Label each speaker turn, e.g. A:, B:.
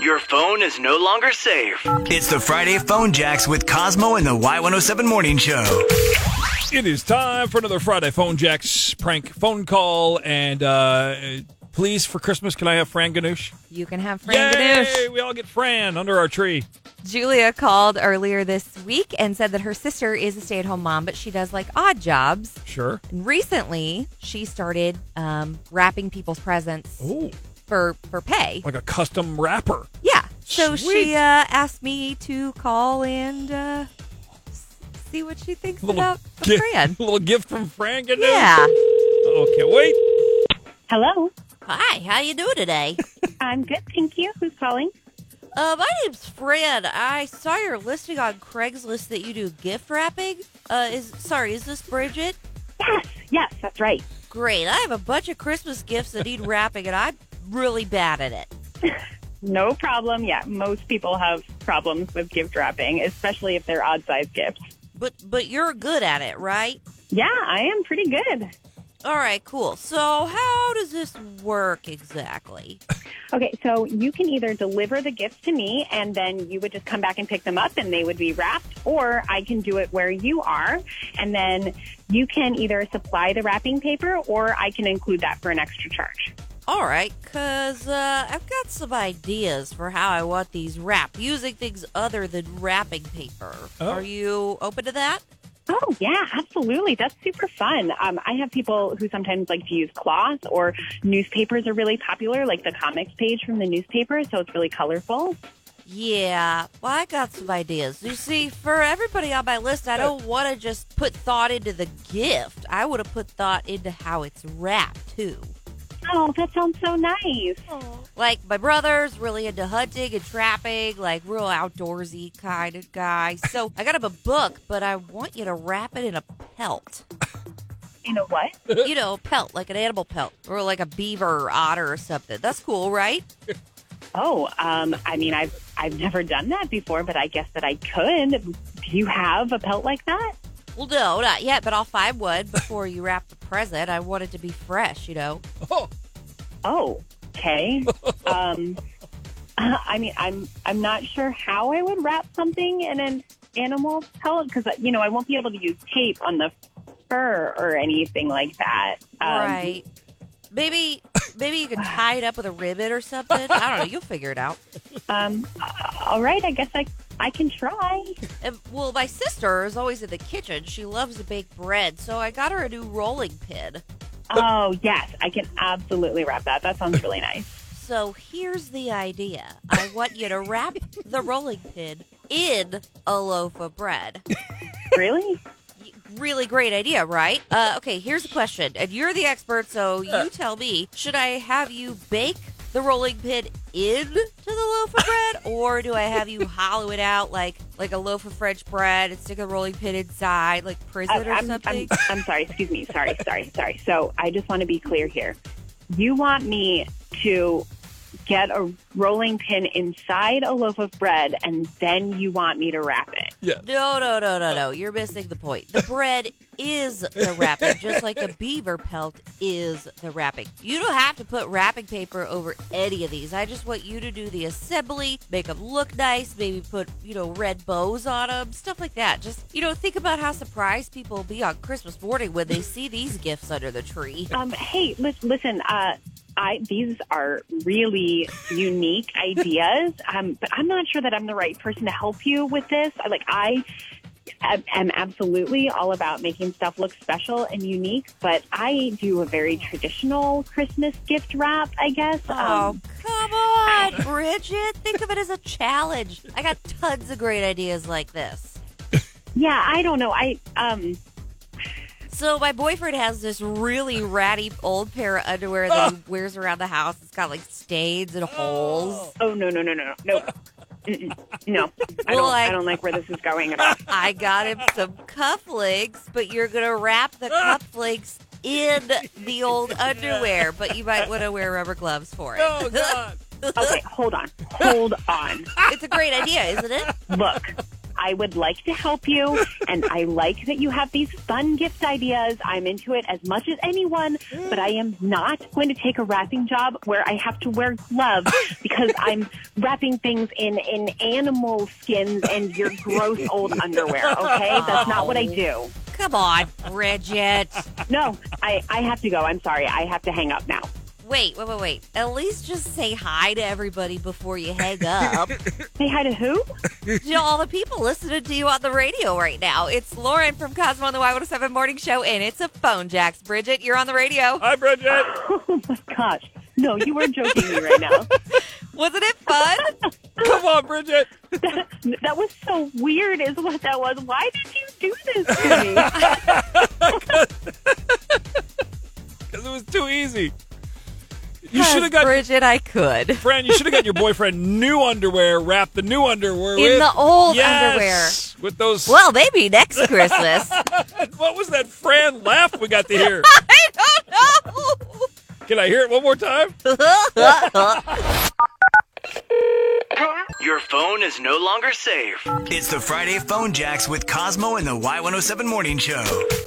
A: Your phone is no longer safe.
B: It's the Friday Phone Jacks with Cosmo and the Y107 Morning Show.
C: It is time for another Friday Phone Jacks prank phone call. And uh, please, for Christmas, can I have Fran Ganoush?
D: You can have Fran Ganoush.
C: Yay! We all get Fran under our tree.
D: Julia called earlier this week and said that her sister is a stay at home mom, but she does like odd jobs.
C: Sure.
D: And recently, she started um, wrapping people's presents
C: Ooh,
D: for, for pay.
C: like a custom wrapper.
D: Yeah. So she
C: Sweet.
D: uh, asked me to call and uh, s- see what she thinks about the
C: gift,
D: Fran.
C: little gift from Fran Ganoush.
D: Yeah.
C: Okay, wait.
E: Hello.
F: Hi, how you doing today?
E: I'm good, thank you. Who's calling?
F: uh, my name's Fran. I saw your listing on Craigslist that you do gift wrapping. Uh, is sorry, is this Bridget?
E: Yes, yes, that's right.
F: Great. I have a bunch of Christmas gifts that need wrapping, and I'm really bad at it.
E: No problem. Yeah, most people have problems with gift wrapping, especially if they're odd size gifts.
F: But but you're good at it, right?
E: Yeah, I am pretty good.
F: All right, cool. So how does this work exactly?
E: Okay, so you can either deliver the gifts to me and then you would just come back and pick them up and they would be wrapped, or I can do it where you are and then you can either supply the wrapping paper or I can include that for an extra charge.
F: All right, cause uh, I've got some ideas for how I want these wrapped using things other than wrapping paper.
C: Oh.
F: Are you open to that?
E: Oh yeah, absolutely. That's super fun. Um, I have people who sometimes like to use cloth or newspapers are really popular, like the comics page from the newspaper. So it's really colorful.
F: Yeah, well, I got some ideas. You see, for everybody on my list, I don't want to just put thought into the gift. I want to put thought into how it's wrapped, too.
E: Oh, that sounds so nice.
F: Like, my brother's really into hunting and trapping, like, real outdoorsy kind of guy. So, I got him a book, but I want you to wrap it in a pelt.
E: You know what?
F: You know, pelt, like an animal pelt, or like a beaver or otter or something. That's cool, right?
E: Oh, um, I mean, I've I've never done that before, but I guess that I could. Do you have a pelt like that?
F: Well, no, not yet, but I'll find one before you wrap the present. I want it to be fresh, you know?
C: Oh,
E: Oh, okay. um, I mean, I'm I'm not sure how I would wrap something in an animal pellet because you know I won't be able to use tape on the fur or anything like that. Um,
F: right. Maybe maybe you could tie it up with a ribbon or something. I don't know. You'll figure it out.
E: Um, all right. I guess I I can try.
F: And, well, my sister is always in the kitchen. She loves to bake bread, so I got her a new rolling pin.
E: Oh yes, I can absolutely wrap that. That sounds really nice.
F: So here's the idea. I want you to wrap the rolling pin in a loaf of bread.
E: Really?
F: Really great idea, right? Uh, okay, here's a question. And you're the expert, so you tell me. Should I have you bake the rolling pin into the loaf of bread, or do I have you hollow it out like like a loaf of French bread and stick a rolling pin inside, like prison or
E: Oh, I'm, I'm,
F: something?
E: I'm sorry. Excuse me. Sorry, sorry, sorry. So I just want to be clear here. You want me to get a rolling pin inside a loaf of bread and then you want me to wrap it.
F: No, no, no, no, no. You're missing the point. The bread is the wrapping, just like the beaver pelt is the wrapping. You don't have to put wrapping paper over any of these. I just want you to do the assembly, make them look nice, maybe put, you know, red bows on them, stuff like that. Just, you know, think about how surprised people will be on Christmas morning when they see these gifts under the tree.
E: Um, hey, li- listen, uh, I, these are really unique ideas, um, but I'm not sure that I'm the right person to help you with this. I- Like, I am- am absolutely all about making stuff look special and unique, but I do a very traditional Christmas gift wrap, I guess. Um,
F: Oh, come on, Bridget. Think of it as a challenge. I got tons of great ideas like this.
E: yeah, I don't know. I, um,
F: So my boyfriend has this really ratty old pair of underwear that
C: Ah.
F: he wears around the house. It's got like stains and holes.
E: oh, no, no, no, no, no. Mm-mm. No, I don't,
F: Well, I-
E: I don't like where this is going at all.
F: I got him some cufflinks, but you're gonna wrap the
C: Ah.
F: cufflinks in the old underwear. But you might want to wear rubber gloves for it.
C: oh God.
E: Okay, hold on. Hold on.
F: it's a great idea, isn't it?
E: Look, I would like to help you, and I like that you have these fun gift ideas. I'm into it as much as anyone, but I am not going to take a wrapping job where I have to wear gloves because I'm wrapping things in in animal skins and your gross old underwear. Okay, that's not what I do.
D: Come on, Bridget.
E: No, I I have to go. I'm sorry. I have to hang up now.
F: Wait, wait, wait, wait. At least just say hi to everybody before you hang up.
E: Say hi to who?
F: you know, all the people listening to you on the radio right now. It's Lauren from Cosmo on the Y107 Morning Show, and it's a phone jacks. Bridget, you're on the radio.
C: Hi, Bridget.
E: Oh my gosh. No, you are joking me right now.
F: Wasn't it fun?
C: Come on, Bridget.
E: That was so weird, is what that was. Why did you do this to me?
C: Because it was too easy. You should have got
F: Bridget, I could.
C: friend. You should have got your boyfriend new underwear. Wrap the new underwear
F: In
C: with-
F: the old
C: Yes, with those.
F: Well, maybe next Christmas.
C: What was that Fran laugh we got to hear?
F: I don't know.
C: Can I hear it one more time?
A: Your phone is no longer safe.
B: It's the Friday Phone Jacks with Cosmo and the Y107 Morning Show.